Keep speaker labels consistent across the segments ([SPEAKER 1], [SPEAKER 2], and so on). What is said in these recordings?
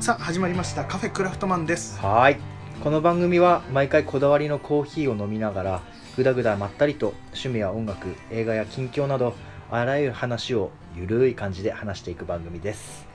[SPEAKER 1] さあ始まりましたカフェクラフトマンです
[SPEAKER 2] はいこの番組は毎回こだわりのコーヒーを飲みながらぐだぐだまったりと趣味や音楽映画や近況などあらゆる話をゆるい感じで話していく番組です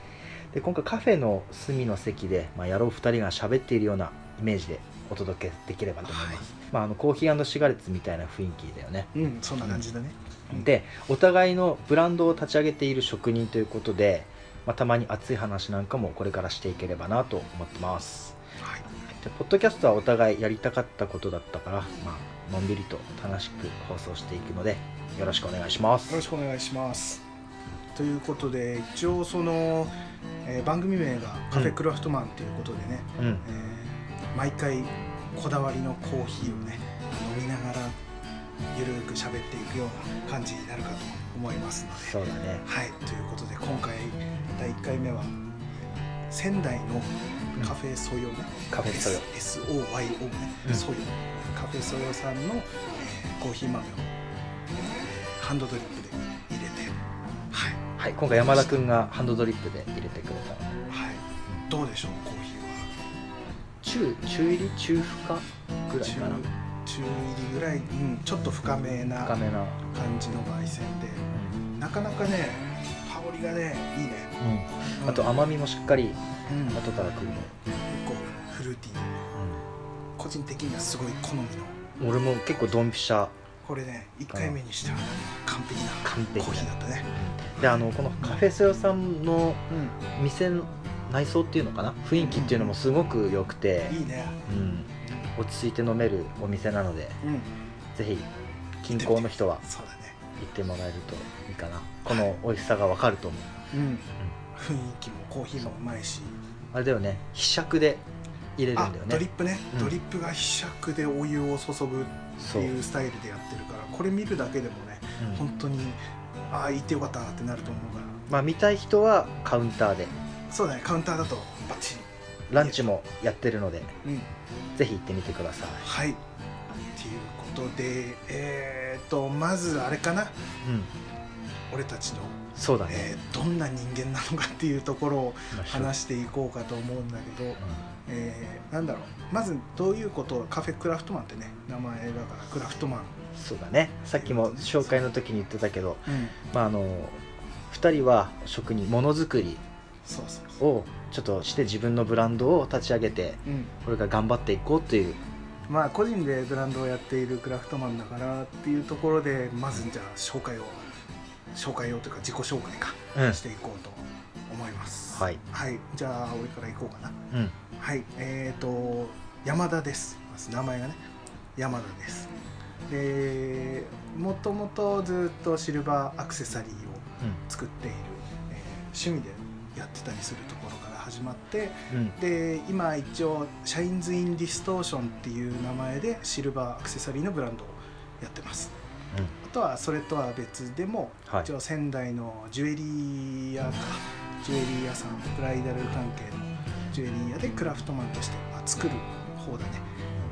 [SPEAKER 2] で今回カフェの隅の席で、まあ、野郎2人が喋っているようなイメージでお届けできればと思います、
[SPEAKER 1] はい
[SPEAKER 2] まあ、あのコーヒーシガレッツみたいな雰囲気だよね
[SPEAKER 1] うんそんな感じだねうん
[SPEAKER 2] でお互いのブランドを立ち上げている職人ということで、まあ、たまに熱い話なんかもこれからしていければなと思ってます
[SPEAKER 1] はい
[SPEAKER 2] でポッドキャストはお互いやりたかったことだったから、まあのんびりと楽しく放送していくのでよろしくお願いしま
[SPEAKER 1] よろ
[SPEAKER 2] す
[SPEAKER 1] しくお願いしますということで一応その、えー番組名がカフェクラフトマンということでね、
[SPEAKER 2] うん
[SPEAKER 1] えー毎回こだわりのコーヒーをね飲みながらゆるく喋っていくような感じになるかと思いますので
[SPEAKER 2] そうだね
[SPEAKER 1] はい、ということで今回第1回目は仙台のカフェソヨね、
[SPEAKER 2] カフェソヨ
[SPEAKER 1] S- SOYO ね、
[SPEAKER 2] うん
[SPEAKER 1] ソヨカフェソヨさんの、えーコーヒー豆をハンドドリップで入れてはい、
[SPEAKER 2] はい今回山田くんがハンドドリップで入れてくれた
[SPEAKER 1] はい、どうでしょうコーヒ
[SPEAKER 2] 中中入り中深ぐらい
[SPEAKER 1] ー
[SPEAKER 2] か
[SPEAKER 1] は
[SPEAKER 2] な
[SPEAKER 1] 中中入りぐらい、うん、ちょっと深めな
[SPEAKER 2] 深
[SPEAKER 1] 感
[SPEAKER 2] めな
[SPEAKER 1] じの焙煎でなかなかね香りがねいいね、
[SPEAKER 2] うん
[SPEAKER 1] うん、
[SPEAKER 2] あと甘みもしっかり
[SPEAKER 1] うん、結
[SPEAKER 2] 後からくるの、
[SPEAKER 1] 構フルーティー個人的にはすごい好みの
[SPEAKER 2] 俺も結構ドンピシャ
[SPEAKER 1] これね1回目にしては完璧な
[SPEAKER 2] 完璧
[SPEAKER 1] コーヒーだったね
[SPEAKER 2] であのこのカフェソヨさんの店の内装っていうのかな雰囲気っていうのもすごく良くて、
[SPEAKER 1] いいね
[SPEAKER 2] うん、落ち着いて飲めるお店なので
[SPEAKER 1] うん
[SPEAKER 2] ぜひ近郊の人は
[SPEAKER 1] そうだね
[SPEAKER 2] 行ってもらえるといいかなこの美味しさがわかると思う
[SPEAKER 1] うん雰囲気もコーヒーもうまいし
[SPEAKER 2] あれだよねひしゃくで入れる
[SPEAKER 1] あ
[SPEAKER 2] んだよ
[SPEAKER 1] ドリッ
[SPEAKER 2] ね
[SPEAKER 1] プね
[SPEAKER 2] うん
[SPEAKER 1] ドリップがひ杓でお湯を注ぐって
[SPEAKER 2] そう、う
[SPEAKER 1] い
[SPEAKER 2] ん、
[SPEAKER 1] うスタイルでやってるからこれ見るだけでもね本当にああ行ってよかったなってなると思うか
[SPEAKER 2] まあ見たい人はカウンターで
[SPEAKER 1] らそうだねカウンターだとバッチ
[SPEAKER 2] ランチもやってるので
[SPEAKER 1] リうん
[SPEAKER 2] ぜひ行ってみてください、
[SPEAKER 1] はいっていうことでえーとまずあれかな
[SPEAKER 2] うん、
[SPEAKER 1] 俺たちの
[SPEAKER 2] そうだね、
[SPEAKER 1] えーどんな人間なのかっていうところを
[SPEAKER 2] まあ
[SPEAKER 1] 話していこうかと思うんだけど、えーなんだろうまずどういうことをカフェクラフトマンってね名前だからクラフトマン、
[SPEAKER 2] うんそうだねさっきも紹介の時に言ってたけど、
[SPEAKER 1] うん、
[SPEAKER 2] まあ、あの2人は職人ものづくり
[SPEAKER 1] そうそうそう、
[SPEAKER 2] をちょっとして自分のブランドを立ち上げて
[SPEAKER 1] うん、
[SPEAKER 2] これから頑張っていこうという
[SPEAKER 1] まあ個人でブランドをやっているクラフトマンだからっていうところでまずじゃあ紹介を紹介をというか自己紹介か
[SPEAKER 2] うん
[SPEAKER 1] していこうと思います
[SPEAKER 2] はい、
[SPEAKER 1] はい、じゃあ俺からいこうかな
[SPEAKER 2] うん
[SPEAKER 1] はい、えー、と山田です。まず名前がね、山田です。で、もともとずっとシルバーアクセサリーを作っている、えー趣味でやってたりするところから始まって、
[SPEAKER 2] うんうん
[SPEAKER 1] で、今一応シャインズ・イン・ディストーションっていう名前でシルバーアクセサリーのブランドをやってます。
[SPEAKER 2] うん
[SPEAKER 1] あとはそれとは別でも、
[SPEAKER 2] はい
[SPEAKER 1] 一応仙台のジュエリー屋かジュエリー屋さんブライダル関係のジュエリー屋でクラフトマンとして、まあ、作る方だね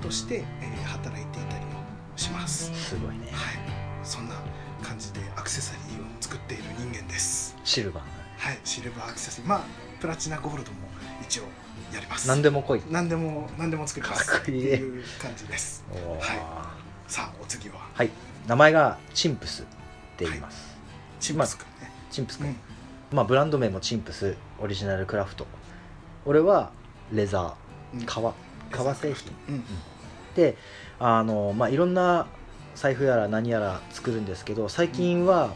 [SPEAKER 1] として、えー働いていたりもします
[SPEAKER 2] すごいね
[SPEAKER 1] はいそんな感じでアクセサリーを作っている人間です
[SPEAKER 2] シルバー
[SPEAKER 1] はいシルバーアクセサリーまあプラチナゴールドも一応やります
[SPEAKER 2] な何でも来い
[SPEAKER 1] 何でも何でも作ります
[SPEAKER 2] かっ
[SPEAKER 1] って
[SPEAKER 2] こいいね
[SPEAKER 1] いう感じです
[SPEAKER 2] おー
[SPEAKER 1] はさあお次は
[SPEAKER 2] はい名前がチンプスって言います、
[SPEAKER 1] チンマスくんね、
[SPEAKER 2] チンプス
[SPEAKER 1] う
[SPEAKER 2] 君、
[SPEAKER 1] ん
[SPEAKER 2] まあブランド名もチンプスオリジナルクラフト俺はレザ
[SPEAKER 1] うん
[SPEAKER 2] ー革革製品
[SPEAKER 1] うん
[SPEAKER 2] であのまあいろんな財布やら何やら作るんですけど最近は、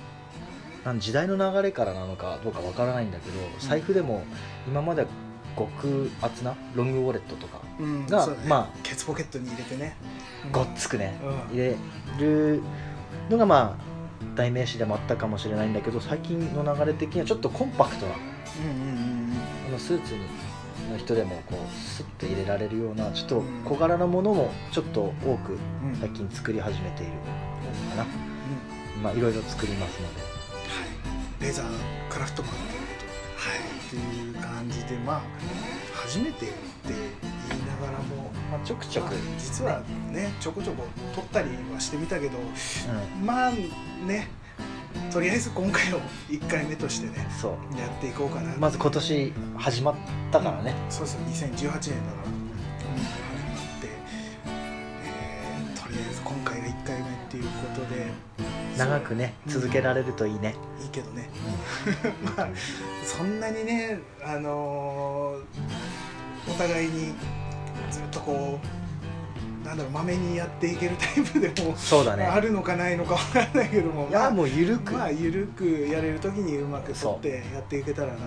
[SPEAKER 2] なん時代の流れからなのかどうかわからないんだけど財布でも今まで極厚なロングウォレットとか
[SPEAKER 1] うん
[SPEAKER 2] が
[SPEAKER 1] そうだね
[SPEAKER 2] まあ
[SPEAKER 1] ケツポケットに入れてね
[SPEAKER 2] ごっつくね、
[SPEAKER 1] うん
[SPEAKER 2] 入れるのがまあ代名詞でもあったかもしれないんだけど最近の流れ的にはちょっとコンパクトなこ
[SPEAKER 1] うんうん
[SPEAKER 2] のスーツにの人でもこうスッと入れられるようなちょっ
[SPEAKER 1] う
[SPEAKER 2] と
[SPEAKER 1] ん
[SPEAKER 2] 小柄なものもちょっと多く
[SPEAKER 1] うんうんうん
[SPEAKER 2] 最近作り始めているかな
[SPEAKER 1] うん
[SPEAKER 2] まあいろいろ作りますので
[SPEAKER 1] はい、レザークラフトマンということはいっていう感じでまあ初めてって言いながらも、
[SPEAKER 2] まあちょくちょ
[SPEAKER 1] まあ
[SPEAKER 2] く
[SPEAKER 1] 実はねちょこちょこ撮ったりはしてみたけどまあねとりあえず今回を1回目としてね
[SPEAKER 2] そ
[SPEAKER 1] やっていこうかな
[SPEAKER 2] うまず今年始まったからね、
[SPEAKER 1] そうですよ2018年だから、うん、始まって、えーとりあえず今回が1回目っていうことで
[SPEAKER 2] 長くね
[SPEAKER 1] うん
[SPEAKER 2] 続けられるといいね、
[SPEAKER 1] いいけどね まあそんなにねあのーお互いにずっとこうなんだろうまめにやっていけるタイプでも、
[SPEAKER 2] そうだね
[SPEAKER 1] あるのかないのかわからないけども
[SPEAKER 2] いやもう緩く、
[SPEAKER 1] まあ緩くやれる時にうまく
[SPEAKER 2] そ
[SPEAKER 1] 取
[SPEAKER 2] う
[SPEAKER 1] ってやっていけたらなと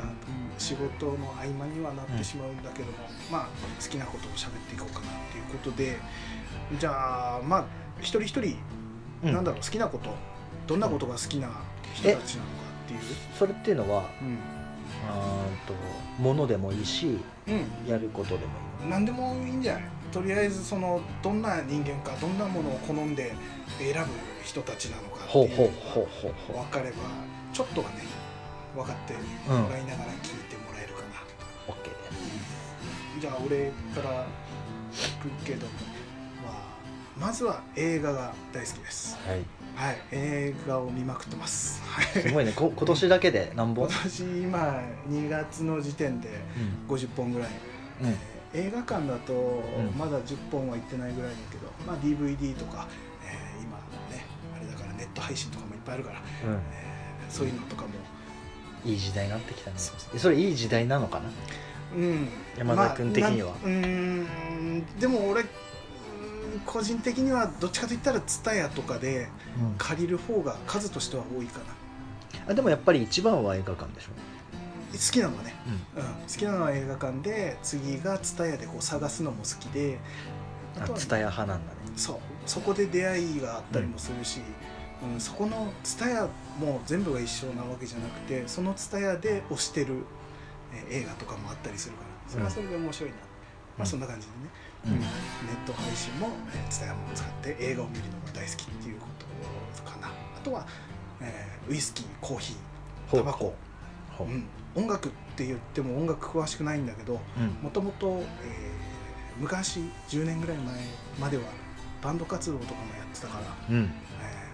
[SPEAKER 1] 仕事の合間にはなってしまうんだけども、まあ好きなことを喋っていこうかなっていうことでじゃあまあ一人一人、
[SPEAKER 2] うん
[SPEAKER 1] なんだろう好きなことどんなことが好きな人たちなのかっていう
[SPEAKER 2] それっていうのは
[SPEAKER 1] う
[SPEAKER 2] あーんと物でもいいし
[SPEAKER 1] ん、
[SPEAKER 2] やることでも
[SPEAKER 1] うん、何でもいいんじゃないとりあえずそのどんな人間かどんなものを好んで選ぶ人たちなのか
[SPEAKER 2] いい
[SPEAKER 1] って
[SPEAKER 2] ほ
[SPEAKER 1] いうう
[SPEAKER 2] ほうほうほう
[SPEAKER 1] 分
[SPEAKER 2] ほ
[SPEAKER 1] かればちょっとはね分かって
[SPEAKER 2] ううん
[SPEAKER 1] もらいながら聞いてもらえるかな、
[SPEAKER 2] オッケーです
[SPEAKER 1] じゃあ俺から聞くけども、まあ、まずは映画が大好きです
[SPEAKER 2] はい
[SPEAKER 1] はい映画を見まくってますはい
[SPEAKER 2] すごいねこ今年だけで何
[SPEAKER 1] 今
[SPEAKER 2] 本、
[SPEAKER 1] 年今2月の時点で
[SPEAKER 2] うん
[SPEAKER 1] 50本ぐらい、
[SPEAKER 2] うん
[SPEAKER 1] えー映画館だと
[SPEAKER 2] うん
[SPEAKER 1] まだ10本は行ってないぐらいだけど、まあ、DVD とか、えー今ねあれだからネット配信とかもいっぱいあるから、えーそういうのとかも
[SPEAKER 2] いい時代になってきたね
[SPEAKER 1] そうそ
[SPEAKER 2] それいい時代なのかな
[SPEAKER 1] うん
[SPEAKER 2] 山田君的には
[SPEAKER 1] まあなんうーんでも俺うーん個人的にはどっちかといったら TSUTAYA とかで借りる方が数としては多いかな
[SPEAKER 2] あでもやっぱり一番は映画館でしょ、
[SPEAKER 1] 好きなのはね、
[SPEAKER 2] う
[SPEAKER 1] うん、好きなのは映画館で次が TSUTAYA でこう探すのも好きであ
[SPEAKER 2] あ
[SPEAKER 1] とは
[SPEAKER 2] 蔦屋派なんだね
[SPEAKER 1] そうそこで出会いがあったりもするし、うんそこの TSUTAYA も全部が一緒なわけじゃなくてその TSUTAYA で推してるえー映画とかもあったりするからそれはそれで面白いな、まあそんな感じでね、
[SPEAKER 2] うん
[SPEAKER 1] ネット配信もツタヤも使って映画を見るのが大好きっていうことかなあとは、えーウイスキーコーヒー
[SPEAKER 2] ほう
[SPEAKER 1] タバコ、
[SPEAKER 2] ほう
[SPEAKER 1] うん音楽って言っても音楽詳しくないんだけど
[SPEAKER 2] うん
[SPEAKER 1] もともと、えー昔10年ぐらい前まではバンド活動とかもやってたから、
[SPEAKER 2] うんう
[SPEAKER 1] えー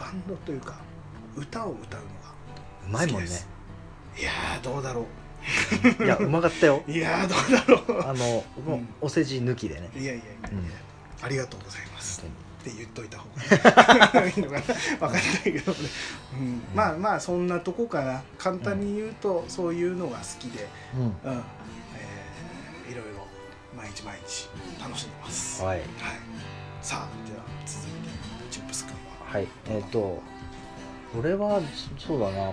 [SPEAKER 1] バンドというか歌を歌うの
[SPEAKER 2] まいもん
[SPEAKER 1] 好き
[SPEAKER 2] ね
[SPEAKER 1] ですがいやーどうだろ
[SPEAKER 2] いやうまかったよ
[SPEAKER 1] ういやーどうだろ
[SPEAKER 2] あの、もう
[SPEAKER 1] うん
[SPEAKER 2] お世辞抜きでね
[SPEAKER 1] ういやいやいやいや、
[SPEAKER 2] うん
[SPEAKER 1] ありがとうございます
[SPEAKER 2] 本
[SPEAKER 1] って言っといた方がいいのかな 分かんないけどね、うん、まあまあそんなとこかな簡単に言うとそういうのが好きで、
[SPEAKER 2] 当に
[SPEAKER 1] うんえーいろいろ毎日毎日楽しんでます、
[SPEAKER 2] うん
[SPEAKER 1] はい
[SPEAKER 2] はい
[SPEAKER 1] さあじゃあ続いてチップス君は
[SPEAKER 2] はいえっ、と俺はそうだな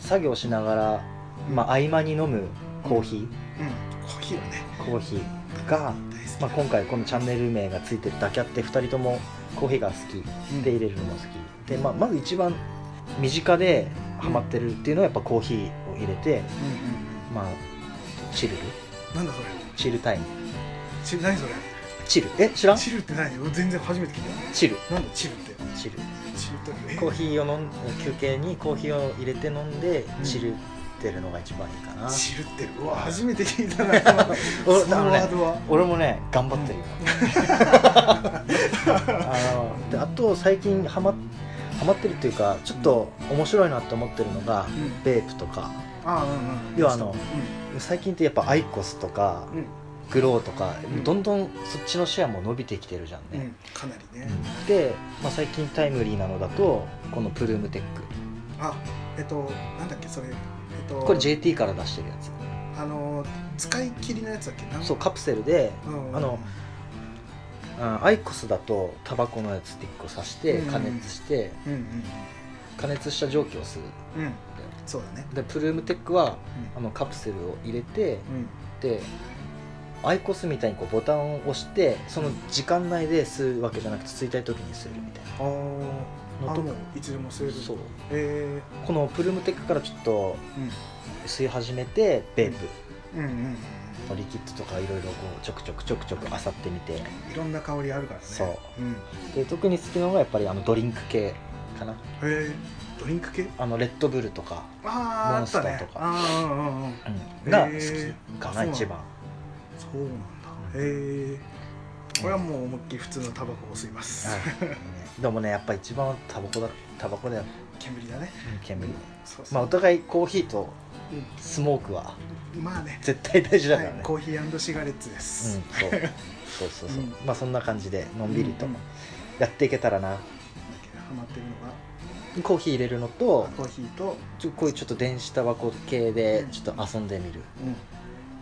[SPEAKER 2] 作業しながら、まあ、合間に飲むコーヒー、
[SPEAKER 1] うんコーヒーはね
[SPEAKER 2] コーヒーが、
[SPEAKER 1] 大好き、
[SPEAKER 2] まあ、今回このチャンネル名がついてるだけあって2人ともコーヒーが好き
[SPEAKER 1] うん
[SPEAKER 2] で入れるのも好きで、まあ、まず一番身近でハマってるっていうのはやっぱコーヒーを入れて、
[SPEAKER 1] うんうん
[SPEAKER 2] まあ、チルル
[SPEAKER 1] うんなんだそれ
[SPEAKER 2] チルタイム
[SPEAKER 1] チル何それ
[SPEAKER 2] チルえ知らん
[SPEAKER 1] チルって何俺全然初めて聞い
[SPEAKER 2] チル
[SPEAKER 1] たなんだチルって
[SPEAKER 2] チル
[SPEAKER 1] チルというえ
[SPEAKER 2] コーヒーを飲ん休憩にコーヒーを入れて飲んで
[SPEAKER 1] うん
[SPEAKER 2] チルってるのが一番いいかな、
[SPEAKER 1] チルってうわ初めて聞いたなそのワ
[SPEAKER 2] 俺あの
[SPEAKER 1] ー
[SPEAKER 2] ね
[SPEAKER 1] ドは
[SPEAKER 2] 俺もね頑張ってるよ、あのであと最近ハマハマってるっていうかちょっと面白いなと思ってるのが
[SPEAKER 1] うん
[SPEAKER 2] ベープとか
[SPEAKER 1] ああうんうん
[SPEAKER 2] 要はあの最近ってやっぱアイコスとか
[SPEAKER 1] うん
[SPEAKER 2] グローとか
[SPEAKER 1] うん
[SPEAKER 2] どんどんそっちのシェアも伸びてきてるじゃん
[SPEAKER 1] うん、う
[SPEAKER 2] ね、
[SPEAKER 1] ん、かなりね、
[SPEAKER 2] で、まあ、最近タイムリーなのだとこのプルームテック
[SPEAKER 1] あえっとなんだっけそれえっと
[SPEAKER 2] これ JT から出してるやつ
[SPEAKER 1] あの使い切りのやつだっけなん
[SPEAKER 2] そうカプセルで
[SPEAKER 1] うん
[SPEAKER 2] あのあアイコスだとタバコのやつスティックを刺して
[SPEAKER 1] うん
[SPEAKER 2] 加熱して
[SPEAKER 1] うん
[SPEAKER 2] 加熱した蒸気を吸う
[SPEAKER 1] うんうんそうだね
[SPEAKER 2] でプルームテックはあ
[SPEAKER 1] うん
[SPEAKER 2] のカプセルを入れて
[SPEAKER 1] うん
[SPEAKER 2] でアイコスみたいにこうボタンを押してその時間内で吸うわけじゃなくて吸いたい時に吸えるみたい
[SPEAKER 1] あー
[SPEAKER 2] な
[SPEAKER 1] あ
[SPEAKER 2] のと
[SPEAKER 1] もういつでも吸える
[SPEAKER 2] そう
[SPEAKER 1] え
[SPEAKER 2] このプルームテックからちょっと
[SPEAKER 1] ー
[SPEAKER 2] 吸い始めてベープ
[SPEAKER 1] うん、うんうんうん
[SPEAKER 2] のリキッドとかいろいろこうちょくちょくちょくちょく漁ってみて
[SPEAKER 1] いろんな香りあるからね、
[SPEAKER 2] そう
[SPEAKER 1] ん、
[SPEAKER 2] で特に好きなのがやっぱりあのドリンク系かな
[SPEAKER 1] えー、ドリンク系
[SPEAKER 2] あのレッドブルとか
[SPEAKER 1] あー
[SPEAKER 2] モンスター
[SPEAKER 1] あったね
[SPEAKER 2] とか
[SPEAKER 1] あーうんうんうん
[SPEAKER 2] が
[SPEAKER 1] へー
[SPEAKER 2] 好きか
[SPEAKER 1] あそうな
[SPEAKER 2] な
[SPEAKER 1] の
[SPEAKER 2] 一番
[SPEAKER 1] そうなんだへえこれはもう思いっきり普通のタバコを吸います、
[SPEAKER 2] はいでもねやっぱ一番はタバコだタバコだよ
[SPEAKER 1] 煙だね
[SPEAKER 2] 煙
[SPEAKER 1] そうそう
[SPEAKER 2] まあお互いコーヒーと
[SPEAKER 1] う
[SPEAKER 2] スモークは
[SPEAKER 1] んまあね
[SPEAKER 2] 絶対大事だ
[SPEAKER 1] は
[SPEAKER 2] からね、
[SPEAKER 1] い、コーヒーシガレッツです、
[SPEAKER 2] うん、そうそうそうそう、
[SPEAKER 1] うん
[SPEAKER 2] まあそんな感じでのんびりと
[SPEAKER 1] うんうん
[SPEAKER 2] やっていけたらな
[SPEAKER 1] だけどハマってるの
[SPEAKER 2] コーヒー入れるのと
[SPEAKER 1] がコーヒーと、
[SPEAKER 2] ちょこういうちょっと電子タバコ系で
[SPEAKER 1] うん
[SPEAKER 2] ちょっと遊んでみる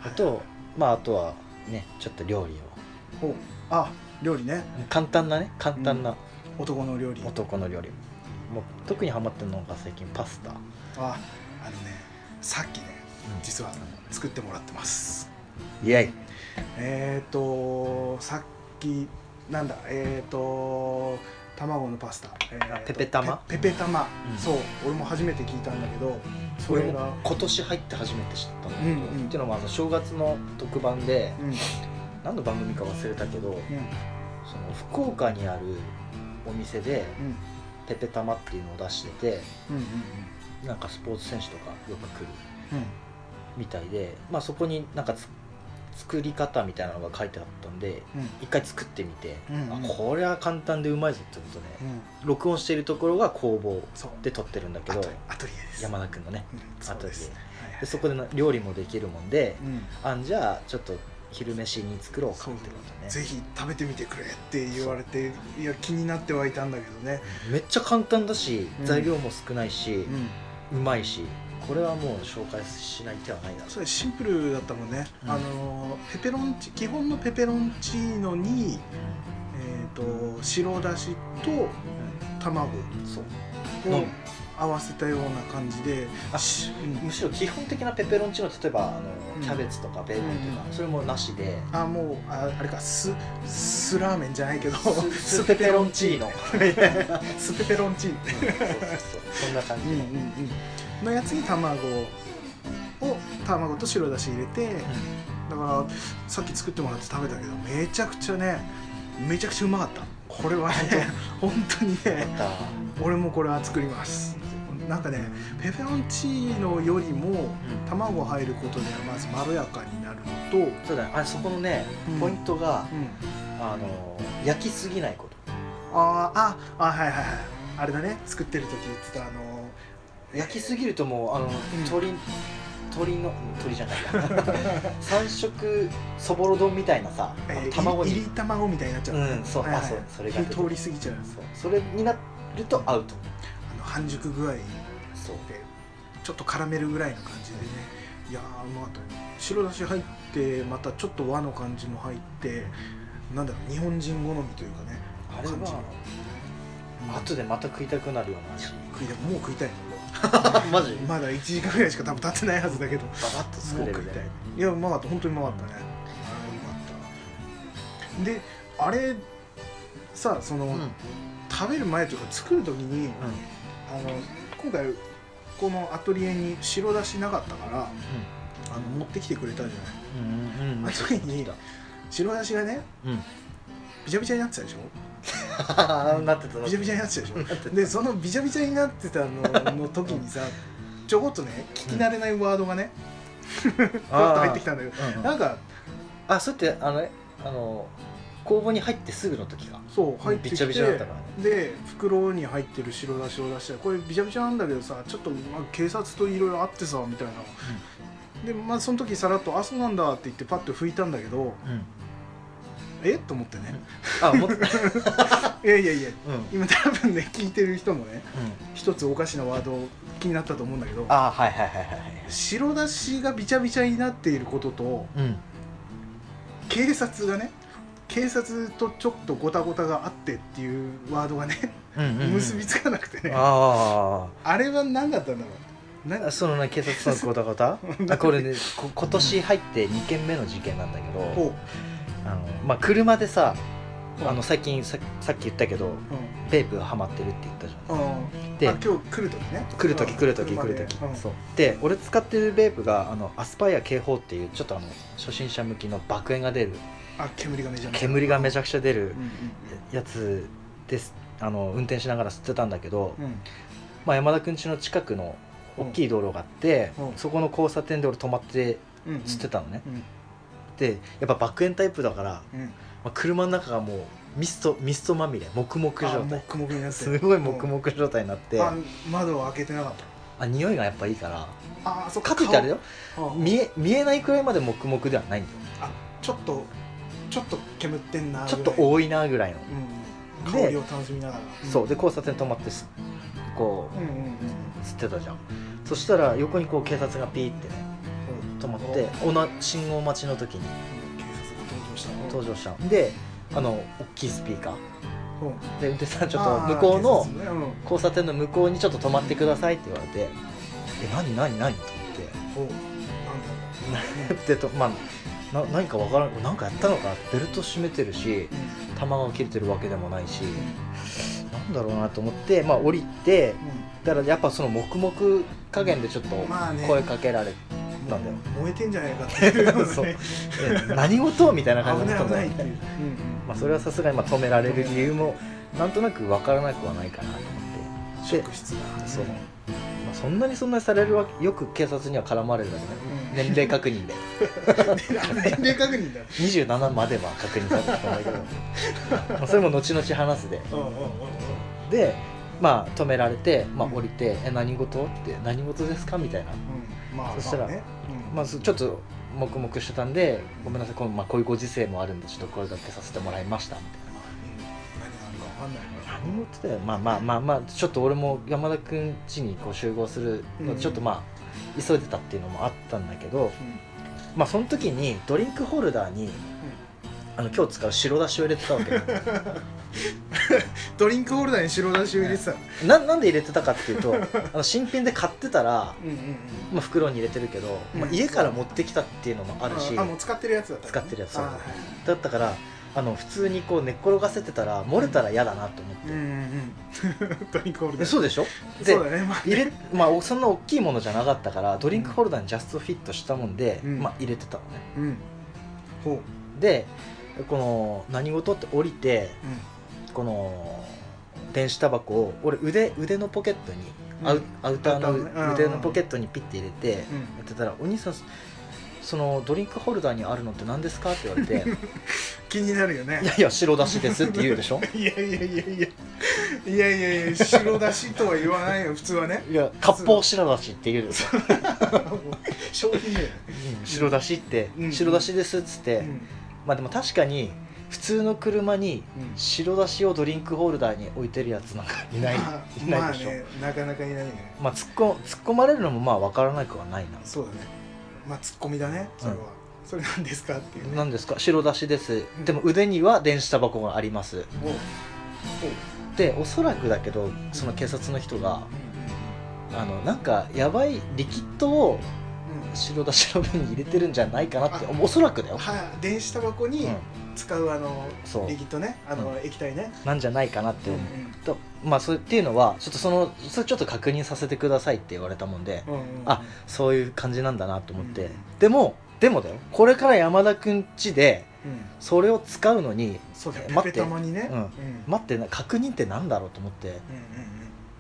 [SPEAKER 1] うん、
[SPEAKER 2] あとまああとはねちょっと料理を
[SPEAKER 1] おあ料理ね
[SPEAKER 2] 簡単なね簡単な
[SPEAKER 1] 男の料理
[SPEAKER 2] 男の料理、もう特にハマってるのが最近パスタ
[SPEAKER 1] ああのねさっきね実は作ってもらってます
[SPEAKER 2] イエイ
[SPEAKER 1] えっ、ー、とさっきなんだえっ、ー、と卵のパスタ、えーと
[SPEAKER 2] ペペ玉
[SPEAKER 1] ペペ玉、
[SPEAKER 2] うん
[SPEAKER 1] そう俺も初めて聞いたんだけどそ
[SPEAKER 2] 俺
[SPEAKER 1] れ
[SPEAKER 2] も
[SPEAKER 1] が
[SPEAKER 2] 今年入って初めて知ったんだけど、
[SPEAKER 1] うんうん
[SPEAKER 2] っていうのもあの正月の特番で
[SPEAKER 1] うんうん
[SPEAKER 2] 何の番組か忘れたけどその福岡にあるお店で
[SPEAKER 1] うん
[SPEAKER 2] ペペ玉っていうのを出してて
[SPEAKER 1] うんうん
[SPEAKER 2] なんかスポーツ選手とかよく来る
[SPEAKER 1] うん
[SPEAKER 2] みたいで、まあ、そこになんかつ作り方みたいなのが書いてあったんで
[SPEAKER 1] うん
[SPEAKER 2] 一回作ってみて、
[SPEAKER 1] うんうん
[SPEAKER 2] あこれは簡単でうまいぞってことで、
[SPEAKER 1] うん
[SPEAKER 2] 録音しているところが工房
[SPEAKER 1] そう
[SPEAKER 2] で撮ってるんだけ
[SPEAKER 1] ア
[SPEAKER 2] ど
[SPEAKER 1] トアトリエです
[SPEAKER 2] 山田君のね
[SPEAKER 1] うんそうですはいはい
[SPEAKER 2] でそこでな料理もできるもんで
[SPEAKER 1] うん
[SPEAKER 2] あんじゃあちょっと昼飯に作ろうか
[SPEAKER 1] そう
[SPEAKER 2] ってことね
[SPEAKER 1] ぜひ食べてみてくれって言われていや気になってはいたんだけどね
[SPEAKER 2] めっちゃ簡単だし
[SPEAKER 1] うん
[SPEAKER 2] 材料も少ないし、
[SPEAKER 1] うん
[SPEAKER 2] うまいしこれはもう紹介しない手はないだろ
[SPEAKER 1] それシンプルだったもんね、
[SPEAKER 2] うん
[SPEAKER 1] あのペペロンチ基本のペペロンチーノに、えー、と白だしと卵
[SPEAKER 2] うんそう
[SPEAKER 1] を
[SPEAKER 2] の
[SPEAKER 1] 合わせたような感じで
[SPEAKER 2] あ
[SPEAKER 1] しうん
[SPEAKER 2] むしろ基本的なペペロンチーノ例えばあの
[SPEAKER 1] うん
[SPEAKER 2] キャベツとかベーコンとか、
[SPEAKER 1] うん
[SPEAKER 2] それもなしで
[SPEAKER 1] あもうああれか酢酢ラーメンじゃないけど
[SPEAKER 2] ススペペロンチーノ
[SPEAKER 1] 酢ペペロンチーノ酢ペペロンチーノ
[SPEAKER 2] うんそうそうそうそんな感
[SPEAKER 1] う
[SPEAKER 2] じ
[SPEAKER 1] ん
[SPEAKER 2] で、
[SPEAKER 1] うんうんのやつに卵を卵と白だし入れて、だからさっき作ってもらって食べたけどめちゃくちゃねめちゃくちゃうまかったこれは ね本当に
[SPEAKER 2] ま
[SPEAKER 1] ね
[SPEAKER 2] た
[SPEAKER 1] 俺もこれは作りますなんかねペペロンチーノよりも
[SPEAKER 2] うん
[SPEAKER 1] 卵入ることでまずまろやかになるのと、うん、
[SPEAKER 2] そうだねあれそこのねポイントが、あの焼きすぎないこと
[SPEAKER 1] あーああはいはいはいあれだね作ってる時言ってたあの
[SPEAKER 2] 焼きすぎるともうあの、
[SPEAKER 1] ん
[SPEAKER 2] 鳥鳥の鳥じゃないや 三色そぼろ丼みたいなさ、あの
[SPEAKER 1] えー
[SPEAKER 2] 卵
[SPEAKER 1] い
[SPEAKER 2] に
[SPEAKER 1] り卵みたいになっちゃう、
[SPEAKER 2] うんそう、
[SPEAKER 1] はいはい
[SPEAKER 2] あそうそれが出て
[SPEAKER 1] 火通り過ぎちゃう
[SPEAKER 2] そうそれになるとアウト
[SPEAKER 1] あの半熟具合
[SPEAKER 2] そう
[SPEAKER 1] でちょっと絡めるぐらいの感じでねいやーうまかったね白だし入ってまたちょっと和の感じも入ってなんだろう日本人好みというかね
[SPEAKER 2] あれ
[SPEAKER 1] 感じ
[SPEAKER 2] は
[SPEAKER 1] うん
[SPEAKER 2] 後でまた食いたくなるような味
[SPEAKER 1] 食いたいもう食いたいの俺は
[SPEAKER 2] マジ
[SPEAKER 1] まだ1時間ぐらいしか多分経ってないはずだけども
[SPEAKER 2] ババッと作
[SPEAKER 1] う
[SPEAKER 2] れ
[SPEAKER 1] 食
[SPEAKER 2] る
[SPEAKER 1] い
[SPEAKER 2] ね
[SPEAKER 1] たいいやうまかった本当にうまかったねあれうまかったであれさその、
[SPEAKER 2] うん
[SPEAKER 1] 食べる前というか作る時に、あの今回このアトリエに白だしなかったからあの持ってきてくれたじゃない
[SPEAKER 2] うんうんうん
[SPEAKER 1] あそこに白だしがね
[SPEAKER 2] うん
[SPEAKER 1] びちゃびちゃになってたでしょ
[SPEAKER 2] なってた
[SPEAKER 1] び
[SPEAKER 2] なっ
[SPEAKER 1] ち
[SPEAKER 2] て
[SPEAKER 1] ゃびちゃになってたでしたょでそのびちゃびちゃになってたのの時に さちょこっとね聞き慣れないワードがねふわっと入ってきたんだけど
[SPEAKER 2] うんうん
[SPEAKER 1] なんか
[SPEAKER 2] あそうやってあのねあの工房に入ってすぐの時か
[SPEAKER 1] そう入ってき
[SPEAKER 2] びち
[SPEAKER 1] て
[SPEAKER 2] ゃびちゃだったからね
[SPEAKER 1] で袋に入ってる白だしを出してこれびちゃびちゃなんだけどさちょっとまあ警察といろいろあってさみたいな、でまあその時さらっと「あそうなんだ」って言ってパッと拭いたんだけどえっと思ってね
[SPEAKER 2] あもっうん
[SPEAKER 1] いやいやいや今多分ね聞いてる人もね一つおかしなワード気になったと思うんだけど
[SPEAKER 2] あはいはいはいはい
[SPEAKER 1] 白だしがびちゃびちゃになっていることと
[SPEAKER 2] うん
[SPEAKER 1] 警察がね警察とちょっとごたごたがあってっていうワードがね
[SPEAKER 2] うんうんうん
[SPEAKER 1] 結びつかなくてねあ
[SPEAKER 2] あ
[SPEAKER 1] れは何だったんだろうな
[SPEAKER 2] あそのね警察のごた ごたあこれねこ今年入って2件目の事件なんだけど
[SPEAKER 1] ほ
[SPEAKER 2] あの、まあ、車でさ
[SPEAKER 1] うん
[SPEAKER 2] あの最近ささっき言ったけど
[SPEAKER 1] う、
[SPEAKER 2] ペープハマってるって言ったじゃ
[SPEAKER 1] うんうん、あ
[SPEAKER 2] ん
[SPEAKER 1] 今
[SPEAKER 2] で
[SPEAKER 1] 日来る時ね
[SPEAKER 2] 来る時来る時
[SPEAKER 1] うん
[SPEAKER 2] 来る時
[SPEAKER 1] 車でうん
[SPEAKER 2] そうで俺使ってるベープがあのアスパイア警報っていうちょっとあの初心者向きの爆炎が出る
[SPEAKER 1] あ煙がめちゃめちゃ
[SPEAKER 2] 煙がめちゃくちゃ出る
[SPEAKER 1] うんうん
[SPEAKER 2] やつですあの運転しながら吸ってたんだけど、
[SPEAKER 1] うん
[SPEAKER 2] まあ、山田くん家の近くの大きい道路があって、
[SPEAKER 1] うん
[SPEAKER 2] そこの交差点で俺止まって
[SPEAKER 1] うんうん
[SPEAKER 2] 吸ってたのね、
[SPEAKER 1] うん
[SPEAKER 2] ってやっぱバックエンタイプだから、ま
[SPEAKER 1] うん、
[SPEAKER 2] あ、車の中がもうミストミストまみれ黙々
[SPEAKER 1] あ
[SPEAKER 2] 状
[SPEAKER 1] も
[SPEAKER 2] 態
[SPEAKER 1] くもくになって
[SPEAKER 2] すごい黙々状態になって
[SPEAKER 1] あ
[SPEAKER 2] あ
[SPEAKER 1] 窓を開けてなかった
[SPEAKER 2] 匂いがやっぱいいから
[SPEAKER 1] ああそう
[SPEAKER 2] かといってあれだよ
[SPEAKER 1] 顔
[SPEAKER 2] 見え見えないくらいまで黙々ではないんだよ
[SPEAKER 1] あちょっとちょっと煙ってんな
[SPEAKER 2] ちょっと
[SPEAKER 1] ぐらい
[SPEAKER 2] 多いなぐらいの、
[SPEAKER 1] うん、
[SPEAKER 2] で
[SPEAKER 1] 香りを楽しみながら、ん
[SPEAKER 2] そうで交差点止まってすこ
[SPEAKER 1] うんうんうん
[SPEAKER 2] う映ってたじゃんそしたら横にこう警察がピーってね止まっ
[SPEAKER 1] うん
[SPEAKER 2] ておな信号待ちの時に
[SPEAKER 1] 警察が登場したの
[SPEAKER 2] 登場したんであの大きいスピーカー
[SPEAKER 1] うん
[SPEAKER 2] で運転手さんちょっ
[SPEAKER 1] あー
[SPEAKER 2] と向こうの
[SPEAKER 1] 警察ねうん
[SPEAKER 2] 交差点の向こうにちょっと止まってくださいって言われてえ何何何と思
[SPEAKER 1] ほうなんだろう
[SPEAKER 2] ってでとまあな何かわからん何かやったのかなベルト締めてるし
[SPEAKER 1] うん
[SPEAKER 2] 弾が切れてるわけでもないしなんだろうなと思ってまあ降りてだからやっぱその黙々加減でちょっと
[SPEAKER 1] まあね
[SPEAKER 2] 声かけられて、
[SPEAKER 1] うん
[SPEAKER 2] なんだよ
[SPEAKER 1] 燃えてんじゃないかっていうようなね
[SPEAKER 2] そうえ何事みたいな感じ
[SPEAKER 1] 危
[SPEAKER 2] にな
[SPEAKER 1] な
[SPEAKER 2] っ
[SPEAKER 1] い
[SPEAKER 2] たん
[SPEAKER 1] 危
[SPEAKER 2] だ
[SPEAKER 1] な
[SPEAKER 2] よ
[SPEAKER 1] いっていう、
[SPEAKER 2] ね
[SPEAKER 1] うんうん
[SPEAKER 2] まあそれはさすがにまあ止められる理由もなんとなくわからなくはないかなと思ってで
[SPEAKER 1] 職質が
[SPEAKER 2] そうまあ、そんなにそんなにされるわけよく警察には絡まれるだけだよ
[SPEAKER 1] うん
[SPEAKER 2] 年齢確認で
[SPEAKER 1] 年齢確認だよ
[SPEAKER 2] 27までは確認されたと思うけ どまあそれも後々話すで
[SPEAKER 1] うんうんうんうん
[SPEAKER 2] でまあ止められて、まあ、
[SPEAKER 1] うん
[SPEAKER 2] 降りて「え何事?」って「何事ですか?」みたいな、
[SPEAKER 1] うんまあ
[SPEAKER 2] そしたら
[SPEAKER 1] まあねうん
[SPEAKER 2] まあ、すちょっと黙々してたんで「ごめんなさいこの、まあ、こういうご時世もあるんでちょっと声掛けさせてもらいました」みたいな
[SPEAKER 1] まあうん何があるかわかんないから
[SPEAKER 2] 何事だよまあまあまあまあちょっと俺も山田君家にこう集合するの
[SPEAKER 1] うん
[SPEAKER 2] でちょっとまあ急いでたっていうのもあったんだけど、まあその時にドリンクホルダーに、あの今日使う白だしを入れてたわけよ
[SPEAKER 1] うんドリンクホルダーに白だしを入れてた
[SPEAKER 2] ななんで入れてたかっていうとあの新品で買ってたら、
[SPEAKER 1] うんうんうん
[SPEAKER 2] まあ、袋に入れてるけど、まあ、
[SPEAKER 1] うん
[SPEAKER 2] 家から持ってきたっていうのもあるし、
[SPEAKER 1] あもう使ってるやつだった
[SPEAKER 2] 使ってるやつそう
[SPEAKER 1] あはい
[SPEAKER 2] だったからあの普通にこう寝っ転がせてたら漏れたら嫌だなと思って、
[SPEAKER 1] うんうんうん ドリンクホルダ
[SPEAKER 2] え
[SPEAKER 1] ー
[SPEAKER 2] そうでしょで
[SPEAKER 1] そうだねまあ
[SPEAKER 2] 入れまあおそんな大きいものじゃなかったからドリンクホルダーにジャストフィットしたもんで、
[SPEAKER 1] うん
[SPEAKER 2] まあ入れてたのね
[SPEAKER 1] うんほう
[SPEAKER 2] でこの何事って降りて
[SPEAKER 1] うん
[SPEAKER 2] この電子タバコを俺腕腕のポケットにアウ,、
[SPEAKER 1] うん
[SPEAKER 2] アウター
[SPEAKER 1] アウターのねう
[SPEAKER 2] の
[SPEAKER 1] ん
[SPEAKER 2] 腕のポケットにピッて入れてや
[SPEAKER 1] うん
[SPEAKER 2] ってたら「お兄さんそのドリンクホルダーにあるのって何ですか?」って言わ れて「
[SPEAKER 1] 気になるよね
[SPEAKER 2] いやいや白だしです」って言うでしょ
[SPEAKER 1] いやいやいやいやいやいやいや白だしとは言わない よ普通はね
[SPEAKER 2] いや割烹白だしって言うでしょ
[SPEAKER 1] 商品名だよ
[SPEAKER 2] うん白だしって
[SPEAKER 1] う
[SPEAKER 2] 「
[SPEAKER 1] ん
[SPEAKER 2] 白だしです」っつって、
[SPEAKER 1] うん
[SPEAKER 2] まあでも確かに普通の車に白だしをドリンクホルダーに置いてるやつなんか いない、
[SPEAKER 1] まあ
[SPEAKER 2] いないでしょ、
[SPEAKER 1] まあねなかなかいないね
[SPEAKER 2] まあ、突っ込突っ込まれるのもまあ分からなくはないな
[SPEAKER 1] そうだねまあツッコミだねそれは、
[SPEAKER 2] うん
[SPEAKER 1] それなんですかっていうね
[SPEAKER 2] 何ですか白だしです
[SPEAKER 1] うん
[SPEAKER 2] でも腕には電子タバコがあります
[SPEAKER 1] おうおう
[SPEAKER 2] でおそらくだけどその警察の人があのなんかやばいリキッドを
[SPEAKER 1] うんうんうん
[SPEAKER 2] 白だしの瓶に入れてるんじゃないかなっておそらくだよ、
[SPEAKER 1] はい電子タバコに
[SPEAKER 2] うん、
[SPEAKER 1] 使うあの
[SPEAKER 2] そう
[SPEAKER 1] リキッドねあの、
[SPEAKER 2] う
[SPEAKER 1] 液体ね、
[SPEAKER 2] なんじゃないかなって
[SPEAKER 1] うん
[SPEAKER 2] 思う、とまあそれっていうのはちょっとそのそれちょっと確認させてくださいって言われたもんで、
[SPEAKER 1] うんうん
[SPEAKER 2] あそういう感じなんだなと思って、
[SPEAKER 1] うん
[SPEAKER 2] でもでもだよこれから山田くん家で
[SPEAKER 1] うん
[SPEAKER 2] それを使うのに
[SPEAKER 1] そうだよ
[SPEAKER 2] え待
[SPEAKER 1] ペ
[SPEAKER 2] っ
[SPEAKER 1] ペ
[SPEAKER 2] て
[SPEAKER 1] たまにね
[SPEAKER 2] うん待ってな確認ってなんだろうと思って